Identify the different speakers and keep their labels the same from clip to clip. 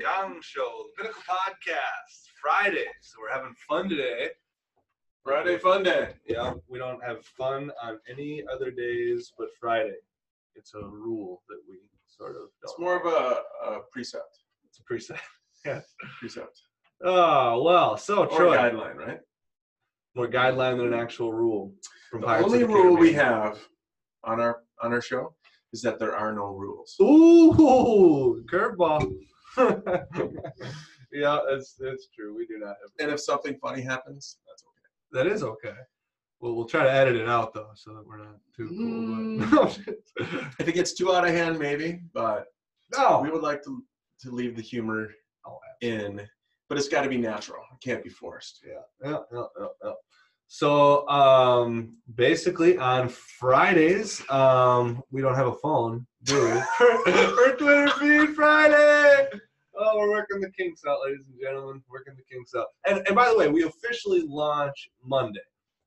Speaker 1: Gong Show, the Pinnacle Podcast, Friday. So we're having fun today. Friday fun day. Yeah, we don't have fun on any other days but Friday. It's a rule that we sort of don't.
Speaker 2: It's more of a, a precept.
Speaker 1: it's a preset.
Speaker 2: Precept.
Speaker 1: Oh well, so
Speaker 2: Or
Speaker 1: Troy,
Speaker 2: guideline, right?
Speaker 1: more guideline than an actual rule. From
Speaker 2: The
Speaker 1: Pirates of
Speaker 2: only
Speaker 1: the
Speaker 2: rule we
Speaker 1: Caribbean.
Speaker 2: have on our on our show is that there are no rules.
Speaker 1: Ooh, curveball. yeah, it's it's true. We do not have.
Speaker 2: And if something funny happens, that's okay.
Speaker 1: That is okay. Well, we'll try to edit it out though, so that we're not too cool. But...
Speaker 2: If it gets too out of hand, maybe, but we
Speaker 1: no,
Speaker 2: would like to to leave the humor
Speaker 1: Oh,
Speaker 2: in, but it's got to be natural. It can't be forced.
Speaker 1: yeah, yeah, yeah, yeah, yeah. So um, basically, on Fridays, um, we don't have a phone, do we? Our Twitter feed Friday. Oh, we're working the kinks out, ladies and gentlemen. Working the kinks out. And and by the way, we officially launch Monday.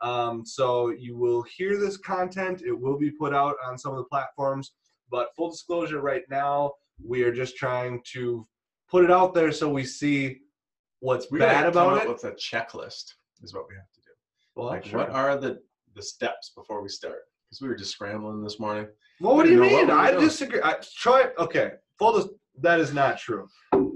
Speaker 1: Um, so you will hear this content. It will be put out on some of the platforms. But full disclosure, right now we are just trying to put it out there so we see what's
Speaker 2: We
Speaker 1: bad
Speaker 2: gotta come
Speaker 1: about
Speaker 2: up
Speaker 1: it.
Speaker 2: With a checklist is what we have to do.
Speaker 1: Well,
Speaker 2: like,
Speaker 1: sure.
Speaker 2: what are the the steps before we start? Because we were just scrambling this morning.
Speaker 1: Well, what
Speaker 2: I
Speaker 1: do you
Speaker 2: didn't know
Speaker 1: mean?
Speaker 2: what we were
Speaker 1: I
Speaker 2: doing.
Speaker 1: disagree. I, Troy, okay, full dis- that is not true.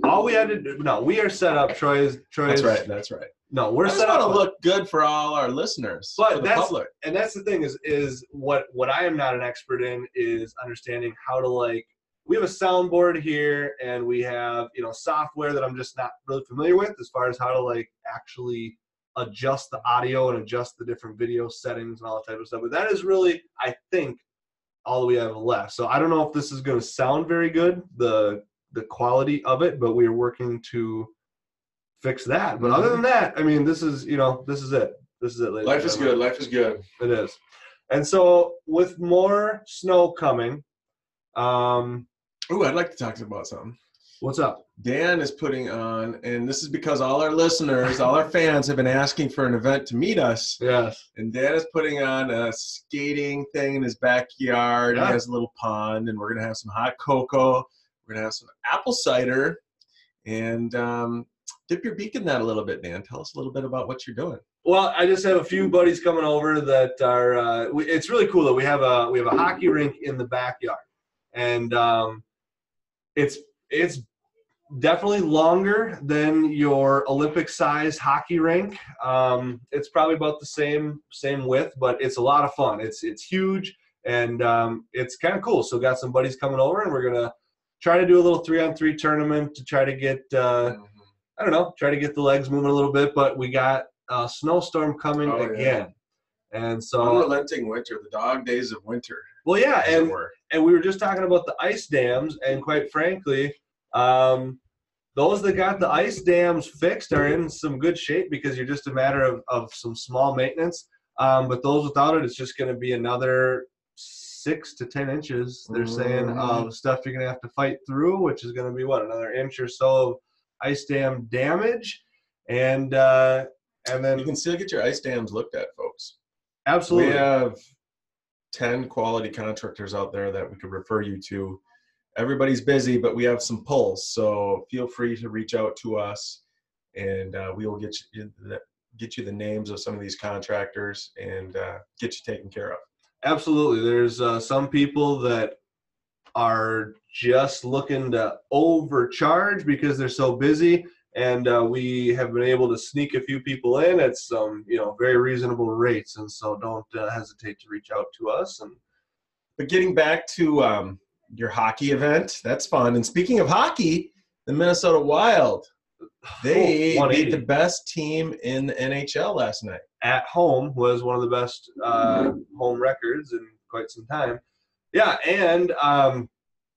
Speaker 1: All we had to do, no, we are set up. Troy is, Troy
Speaker 2: That's
Speaker 1: is,
Speaker 2: right. That's right.
Speaker 1: No,
Speaker 2: We're
Speaker 1: we're
Speaker 2: just
Speaker 1: set
Speaker 2: want to
Speaker 1: up,
Speaker 2: look good for all our listeners,
Speaker 1: But
Speaker 2: for the
Speaker 1: that's-
Speaker 2: public.
Speaker 1: and that's the thing is, is what what I am not an expert in is understanding how to like. We have a soundboard here, and we have you know software that I'm just not really familiar with as far as how to like actually adjust the audio and adjust the different video settings and all that type of stuff. But that is really, I think, all that we have left. So I don't know if this is going to sound very good, the the quality of it, but we are working to fix that. But other than that, I mean, this is you know, this is it. This is it. ladies and
Speaker 2: Mm-hmm. Life is
Speaker 1: gentlemen.
Speaker 2: good. Life is good.
Speaker 1: It is. And so with more snow coming, um,
Speaker 2: Ooh, I'd like to talk to you about something.
Speaker 1: what's up?
Speaker 2: Dan is putting on, and this is because all our listeners, all our fans have been asking for an event to meet us.
Speaker 1: Yes.
Speaker 2: And Dan is putting on a skating thing in his backyard.
Speaker 1: Yeah.
Speaker 2: He has a little pond, and we're going to have some hot cocoa. We're going to have some apple cider. And um, dip your beak in that a little bit, Dan. Tell us a little bit about what you're doing.
Speaker 1: Well, I just have a few buddies coming over that are. Uh, we, it's really cool that we have a we have a hockey rink in the backyard, and um, it's it's definitely longer than your Olympic sized hockey rink. Um, it's probably about the same same width, but it's a lot of fun. It's it's huge and um, it's kind of cool. So got some buddies coming over, and we're gonna try to do a little three on three tournament to try to get. Uh, I don't know, try to get the legs moving a little bit, but we got a snowstorm coming
Speaker 2: Oh, yeah.
Speaker 1: again. And so,
Speaker 2: Unrelenting winter, the dog days of winter.
Speaker 1: well, yeah,
Speaker 2: as it
Speaker 1: and,
Speaker 2: were.
Speaker 1: and we were just talking about the ice dams, and quite frankly, um, those that got the ice dams fixed are in some good shape because you're just a matter of, of some small maintenance. Um, but those without it, it's just going to be another six to 10 inches, they're saying,
Speaker 2: Mhm.
Speaker 1: of stuff you're going to have to fight through, which is going to be what, another inch or so of ice dam damage. And, uh, and
Speaker 2: you
Speaker 1: then
Speaker 2: can still get your ice dams looked at, folks.
Speaker 1: Absolutely.
Speaker 2: We have 10 quality contractors out there that we could refer you to. Everybody's busy, but we have some pulls, so feel free to reach out to us and uh, we will get you, get you the names of some of these contractors and uh, get you taken care of.
Speaker 1: Absolutely. There's uh, some people that are just looking to overcharge because they're so busy, and uh, we have been able to sneak a few people in at some, you know, very reasonable rates. And so, don't uh, hesitate to reach out to us. And
Speaker 2: But getting back to um, your hockey event, that's fun. And speaking of hockey, the Minnesota Wild, they
Speaker 1: Oh,
Speaker 2: beat
Speaker 1: 180.
Speaker 2: the best team in the NHL last night.
Speaker 1: at home was one of the best uh, home records in quite some time. Yeah, and um,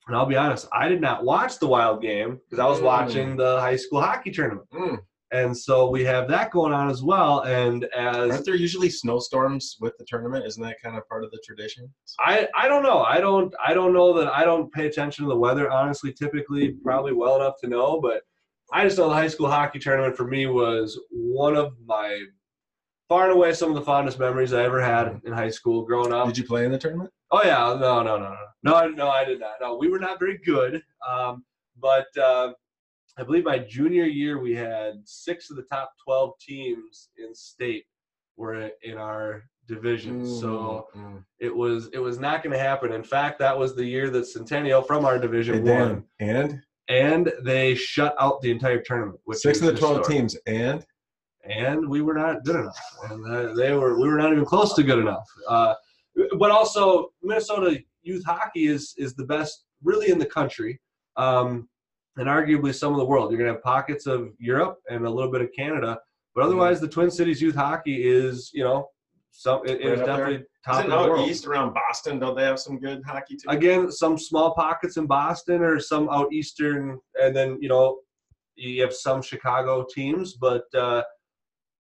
Speaker 1: and I'll be honest, I did not watch the Wild game because I was
Speaker 2: Mm.
Speaker 1: watching the high school hockey tournament.
Speaker 2: Mm.
Speaker 1: and so we have that going on as well. And as
Speaker 2: Aren't there usually snowstorms with the tournament? Isn't that kind of part of the tradition?
Speaker 1: I, I don't know. I don't I don't know that I don't pay attention to the weather honestly. Typically, probably well enough to know, but I just know the high school hockey tournament for me was one of my far and away some of the fondest memories I ever had in high school growing up.
Speaker 2: Did you play in the tournament?
Speaker 1: Oh yeah, no, no, no, no, no, I- no, I did not. No, we were not very good. Um, but uh, I believe my junior year we had six of the top 12 teams in state were in our division. So
Speaker 2: Mm,
Speaker 1: it was it was not going to happen. In fact, that was the year that Centennial from our division
Speaker 2: mm.
Speaker 1: won,
Speaker 2: And, and
Speaker 1: and they shut out the entire tournament. Which
Speaker 2: six
Speaker 1: is
Speaker 2: of the
Speaker 1: historic.
Speaker 2: twelve teams, and
Speaker 1: and we were not good enough, and uh, they were we were not even close to good enough. Uh, but also, Minnesota youth hockey is is the best really in the country, um, and arguably some of the world. You're gonna have pockets of Europe and a little bit of Canada, but otherwise,
Speaker 2: Mm-hmm.
Speaker 1: the Twin Cities youth hockey is you know some it- it
Speaker 2: Right
Speaker 1: is
Speaker 2: up there.
Speaker 1: definitely top
Speaker 2: isn't
Speaker 1: of the
Speaker 2: out
Speaker 1: world.
Speaker 2: east around Boston? Don't they have some good hockey too?
Speaker 1: Again, some small pockets in Boston or some out eastern, and then you know you have some Chicago teams, but uh,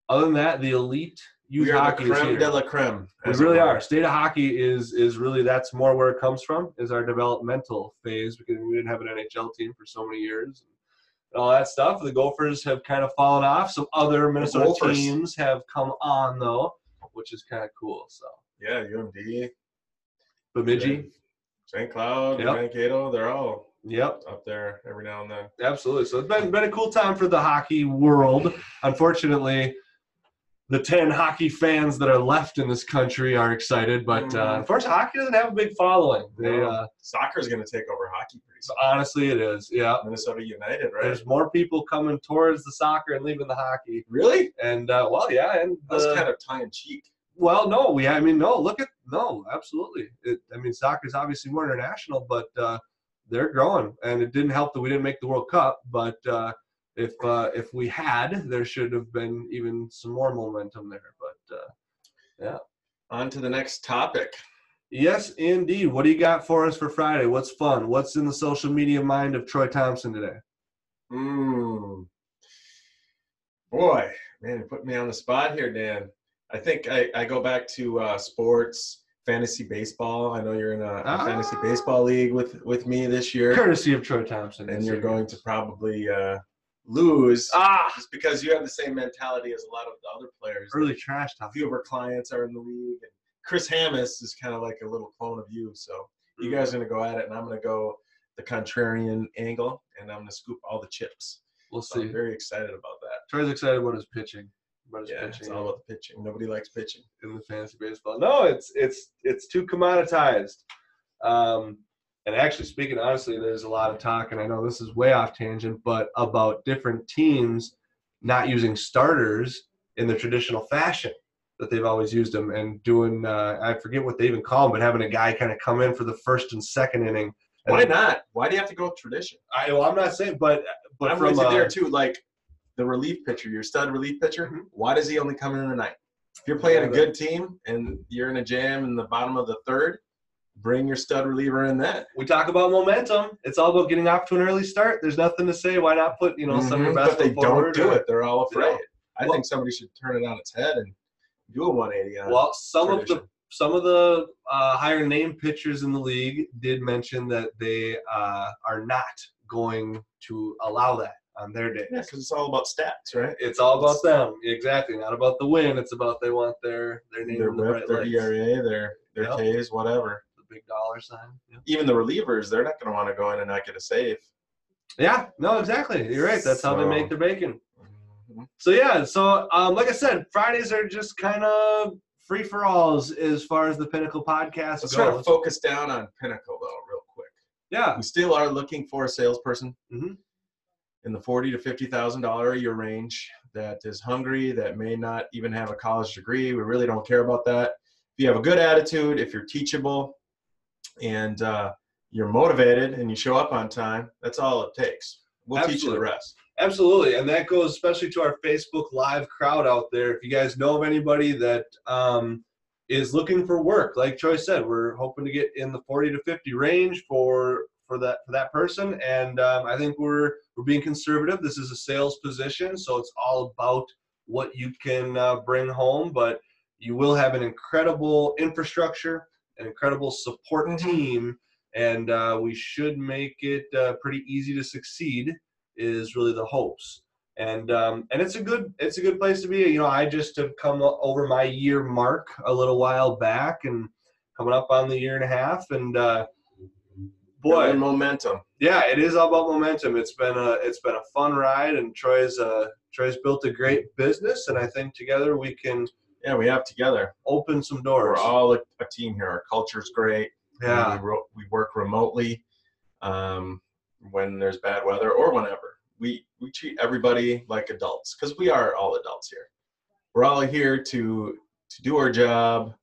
Speaker 1: other than that, the elite youth
Speaker 2: we are
Speaker 1: hockey
Speaker 2: the
Speaker 1: is
Speaker 2: creme
Speaker 1: here.
Speaker 2: de la creme.
Speaker 1: We
Speaker 2: as it
Speaker 1: really
Speaker 2: were.
Speaker 1: are. State of hockey is is really that's more where it comes from is our developmental phase because we didn't have an NHL team for so many years and all that stuff. The Gophers have kind of fallen off. Some other Minnesota
Speaker 2: Gophers.
Speaker 1: teams have come on though, which is kind of cool. So
Speaker 2: Yeah, UMD,
Speaker 1: Bemidji,
Speaker 2: St. Cloud,
Speaker 1: Yep.
Speaker 2: Mankato, they're all
Speaker 1: yep,
Speaker 2: up there every now and then.
Speaker 1: absolutely. So it's been been a cool time for the hockey world. Unfortunately. The ten hockey fans that are left in this country are excited, but uh,
Speaker 2: Mhm.
Speaker 1: unfortunately, hockey doesn't have a big following. They,
Speaker 2: No.
Speaker 1: uh,
Speaker 2: Soccer's going to take over hockey pretty soon.
Speaker 1: honestly, it is. Yeah,
Speaker 2: Minnesota United, right?
Speaker 1: There's more people coming towards the soccer and leaving the hockey.
Speaker 2: really? uh,
Speaker 1: And uh, well, yeah, and
Speaker 2: That's
Speaker 1: the-
Speaker 2: kind of tongue in cheek.
Speaker 1: well, no, we. I mean, no. Look at no, absolutely. It, I mean, soccer is obviously more international, but uh, they're growing, and it didn't help that we didn't make the World Cup. But uh, if uh, if we had, there should have been even some more momentum there. But uh,
Speaker 2: On to the next topic.
Speaker 1: yes, indeed. What do you got for us for Friday? What's fun? What's in the social media mind of Troy Thompson today?
Speaker 2: Mm. Boy, man, you put me on the spot here, Dan. I think I, I go back to uh, sports, fantasy baseball. I know you're in a, a fantasy
Speaker 1: Ah.
Speaker 2: baseball league with, with me this year,
Speaker 1: Courtesy of Troy Thompson.
Speaker 2: and you're going to probably uh, lose
Speaker 1: ah
Speaker 2: just because you have the same mentality as a lot of the other players.
Speaker 1: early trash
Speaker 2: A
Speaker 1: talk.
Speaker 2: few of our clients are in the league, and Chris Hammis is kind of like a little clone of you. So
Speaker 1: Mm.
Speaker 2: you guys are going to go at it, and I'm going to go the contrarian angle, and I'm going to scoop all the chips.
Speaker 1: We'll
Speaker 2: So
Speaker 1: see.
Speaker 2: I'm very excited about that.
Speaker 1: Troy's excited about his pitching. About his
Speaker 2: yeah, it's
Speaker 1: pitching
Speaker 2: all about the pitching. Nobody likes pitching.
Speaker 1: in the fantasy baseball. No, it's it's it's too commoditized. Um, and actually, speaking honestly, there's a lot of talk, and I know this is way off tangent, but about different teams not using starters in the traditional fashion that they've always used them, and doing uh, I forget what they even call them, but having a guy kind of come in for the first and second inning. And
Speaker 2: Why not? Why do you have to go with tradition?
Speaker 1: I, well, I'm not saying, but but
Speaker 2: I'm
Speaker 1: from uh,
Speaker 2: with you
Speaker 1: a-
Speaker 2: there too. Like the relief pitcher, your stud relief pitcher.
Speaker 1: Mhm.
Speaker 2: Why does he only come in the night? If you're playing
Speaker 1: Yeah,
Speaker 2: a good team and you're in a jam in the bottom of the third, bring your stud reliever in that.
Speaker 1: we talk about momentum. It's all about getting off to an early start. There's nothing to say. Why not put you know some of your
Speaker 2: Mhm.
Speaker 1: best
Speaker 2: but they
Speaker 1: foot forward
Speaker 2: don't do
Speaker 1: or-
Speaker 2: it. They're all
Speaker 1: They
Speaker 2: afraid.
Speaker 1: don't.
Speaker 2: I
Speaker 1: Well-
Speaker 2: think somebody should turn it on its head and do a 180 on
Speaker 1: Well, some of the
Speaker 2: tradition.
Speaker 1: some of the uh, higher name pitchers in the league did mention that they uh, are not going to allow that on their day.
Speaker 2: Yeah, because it's all about stats, right?
Speaker 1: It's all about them, exactly. Not about the win. It's about they want their their name
Speaker 2: Their
Speaker 1: in the
Speaker 2: whip,
Speaker 1: right
Speaker 2: their E
Speaker 1: lights. The
Speaker 2: ERA, their their Ks, whatever.
Speaker 1: big dollar sign. Yeah.
Speaker 2: even the relievers, they're not going to want to go in and not get a save.
Speaker 1: yeah. No, exactly. You're right. That's how they
Speaker 2: So-
Speaker 1: make their bacon. So yeah, so um, like I said, Fridays are just kind of free for alls as far as the Pinnacle podcast
Speaker 2: Let's try to
Speaker 1: goes.
Speaker 2: focus down on Pinnacle though, real quick.
Speaker 1: yeah,
Speaker 2: We still are looking for a salesperson
Speaker 1: Mhm.
Speaker 2: in the forty to fifty thousand dollar a year range that is hungry, that may not even have a college degree. We really don't care about that. If you have a good attitude, if you're teachable, and uh, you're motivated, and you show up on time, that's all it takes. We'll teach you
Speaker 1: Absolutely.
Speaker 2: the rest.
Speaker 1: absolutely, and that goes especially to our Facebook Live crowd out there. If you guys know of anybody that um, is looking for work, like Troy said, we're hoping to get in the forty to fifty range for for that for that person, and um, I think we're we're being conservative. This is a sales position, so it's all about what you can uh, bring home, but you will have an incredible infrastructure, an incredible support
Speaker 2: Mhm.
Speaker 1: team, and uh, we should make it uh, pretty easy to succeed. Is really the hopes, and um, and it's a good it's a good place to be. You know, I just have come o- over my year mark a little while back, and coming up on the year and a half, and uh,
Speaker 2: Building
Speaker 1: boy,
Speaker 2: momentum.
Speaker 1: yeah, it is all about momentum. It's been a it's been a fun ride, and Troy's uh, Troy's built a great business, and I think together we can
Speaker 2: Yeah, we have together.
Speaker 1: open some doors.
Speaker 2: We're all a, a team here. Our culture's great.
Speaker 1: yeah,
Speaker 2: We, ro- we work remotely um, when there's bad weather or whenever. We, we treat everybody like adults because we are all adults here. We're all here to, to do our job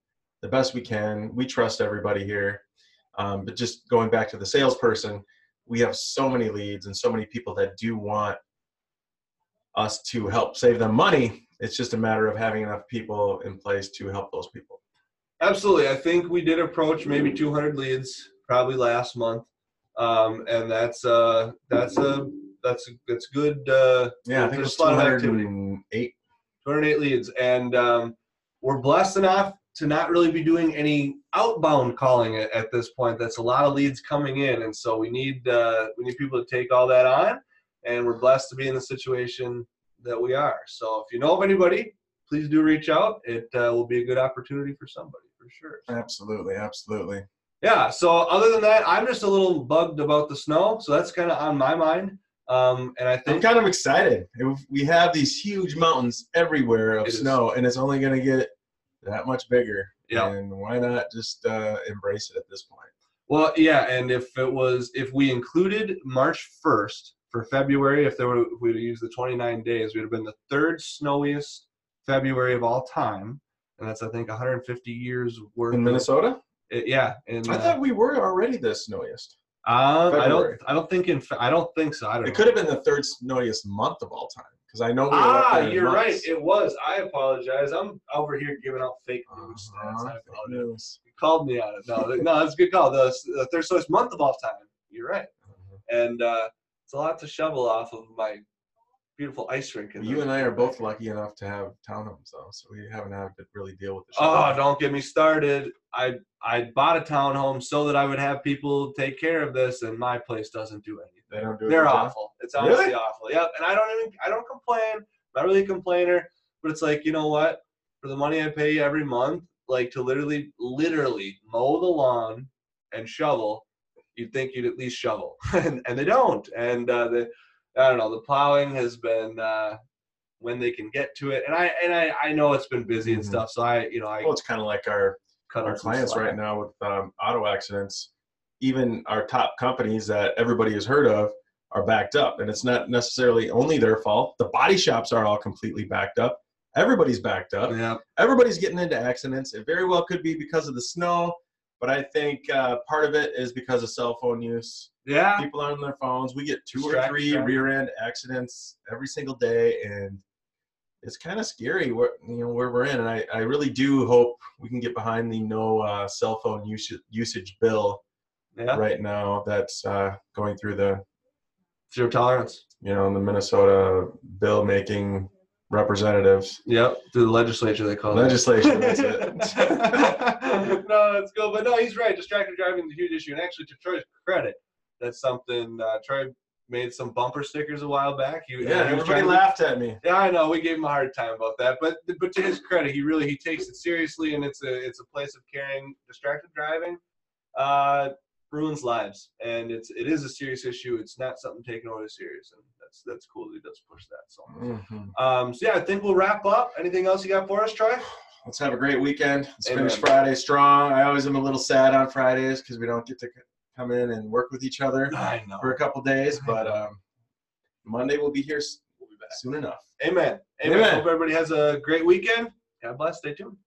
Speaker 2: the best we can. We trust everybody here. Um, but just going back to the salesperson, we have so many leads and so many people that do want us to help save them money. It's just a matter of having enough people in place to help those people.
Speaker 1: absolutely. I think we did approach maybe 200 leads probably last month, um, and that's uh, that's a that's a, that's good. Uh,
Speaker 2: Yeah, I think
Speaker 1: There's
Speaker 2: it's
Speaker 1: a lot of
Speaker 2: 208.
Speaker 1: 208 leads, and um, we're blessed enough to not really be doing any outbound calling at, at this point. That's a lot of leads coming in, and so we need uh, we need people to take all that on, and we're blessed to be in the situation that we are. So if you know of anybody, please do reach out. It uh, will be a good opportunity for somebody for sure.
Speaker 2: Absolutely, absolutely.
Speaker 1: Yeah. So other than that, I'm just a little bugged about the snow, so that's kind of on my mind. Um, and I
Speaker 2: I'm
Speaker 1: think
Speaker 2: kind of excited. If We have these huge mountains everywhere of
Speaker 1: It is.
Speaker 2: snow, and it's only going to get that much bigger.
Speaker 1: Yeah.
Speaker 2: And why not just uh, embrace it at this point?
Speaker 1: Well, yeah, and if it was if we included March first for February, if there were if we'd have used the twenty nine days, we'd have been the third snowiest February of all time, and that's I think one hundred and fifty years worth.
Speaker 2: In
Speaker 1: of-
Speaker 2: Minnesota?
Speaker 1: Uh, yeah, in,
Speaker 2: I
Speaker 1: uh,
Speaker 2: thought we were already the snowiest.
Speaker 1: um, I
Speaker 2: February.
Speaker 1: don't I don't think in Fe- I don't think so. I don't.
Speaker 2: It
Speaker 1: know.
Speaker 2: could have been the third snowiest month of all time because I know we were up
Speaker 1: Ah,
Speaker 2: there in
Speaker 1: you're right.
Speaker 2: months.
Speaker 1: It was. I apologize. I'm over here giving out fake news. stats.
Speaker 2: Uh-huh,
Speaker 1: I
Speaker 2: fake
Speaker 1: apologize.
Speaker 2: news.
Speaker 1: You called me on it. No, th- no, that's a good call. The, the third slowest month of all time. You're right. and uh, it's a lot to shovel off of my beautiful ice rink. in
Speaker 2: You
Speaker 1: the-
Speaker 2: and I are both lucky enough to have townhomes, though, so we haven't had to really deal with the
Speaker 1: Oh, don't get me started. I I bought a townhome so that I would have people take care of this, and my place doesn't do anything.
Speaker 2: They don't do a
Speaker 1: They're
Speaker 2: good job.
Speaker 1: awful. It's honestly
Speaker 2: Really?
Speaker 1: awful. Yep. And I don't even I don't complain. I'm not really a complainer, but it's like you know what? For the money I pay you every month, like to literally literally mow the lawn and shovel, you'd think you'd at least shovel, and, and they don't. And uh, the I don't know. The plowing has been uh, when they can get to it, and I and I, I know it's been busy and
Speaker 2: Mhm.
Speaker 1: stuff. So I you know I
Speaker 2: Well, it's kind of like our
Speaker 1: cut
Speaker 2: our
Speaker 1: on some
Speaker 2: clients
Speaker 1: slack.
Speaker 2: right now with um, auto accidents, even our top companies that everybody has heard of are backed up. And it's not necessarily only their fault. The body shops are all completely backed up. Everybody's backed up.
Speaker 1: Yeah.
Speaker 2: Everybody's getting into accidents. It very well could be because of the snow, but I think uh, part of it is because of cell phone use.
Speaker 1: Yeah.
Speaker 2: People are on their phones. We get two or
Speaker 1: Distracted
Speaker 2: three
Speaker 1: driving.
Speaker 2: rear end accidents every single day. And it's kind of scary where you know where we're in, and I, I really do hope we can get behind the no uh, cell phone usage usage bill
Speaker 1: Yeah.
Speaker 2: right now that's uh, going through the
Speaker 1: Zero tolerance.
Speaker 2: you know the Minnesota bill making representatives
Speaker 1: Yep. Through the legislature, they call it.
Speaker 2: legislation. That's it.
Speaker 1: no, that's cool. But no, he's right. Distracted driving is a huge issue. And actually, to Troy's credit, that's something uh, Troy made some bumper stickers a while back. He,
Speaker 2: yeah,
Speaker 1: he was
Speaker 2: everybody
Speaker 1: trying to-
Speaker 2: laughed at me.
Speaker 1: Yeah, I know. We gave him a hard time about that, but but to his credit, he really he takes it seriously, and it's a it's a place of caring. Distracted driving uh, ruins lives, and it's it is a serious issue. It's not something taken over serious, and that's that's cool that he does push that. So,
Speaker 2: Mhm.
Speaker 1: um, so yeah, I think we'll wrap up. Anything else you got for us, Troy?
Speaker 2: Let's have a great weekend. Let's
Speaker 1: Amen.
Speaker 2: finish Friday strong. I always am a little sad on Fridays because we don't get to c- come in and work with each other
Speaker 1: I know.
Speaker 2: for a couple days, but um, Monday we'll be here s- soon enough.
Speaker 1: Amen. Amen.
Speaker 2: Amen.
Speaker 1: Hope everybody has a great weekend. God bless. Stay tuned.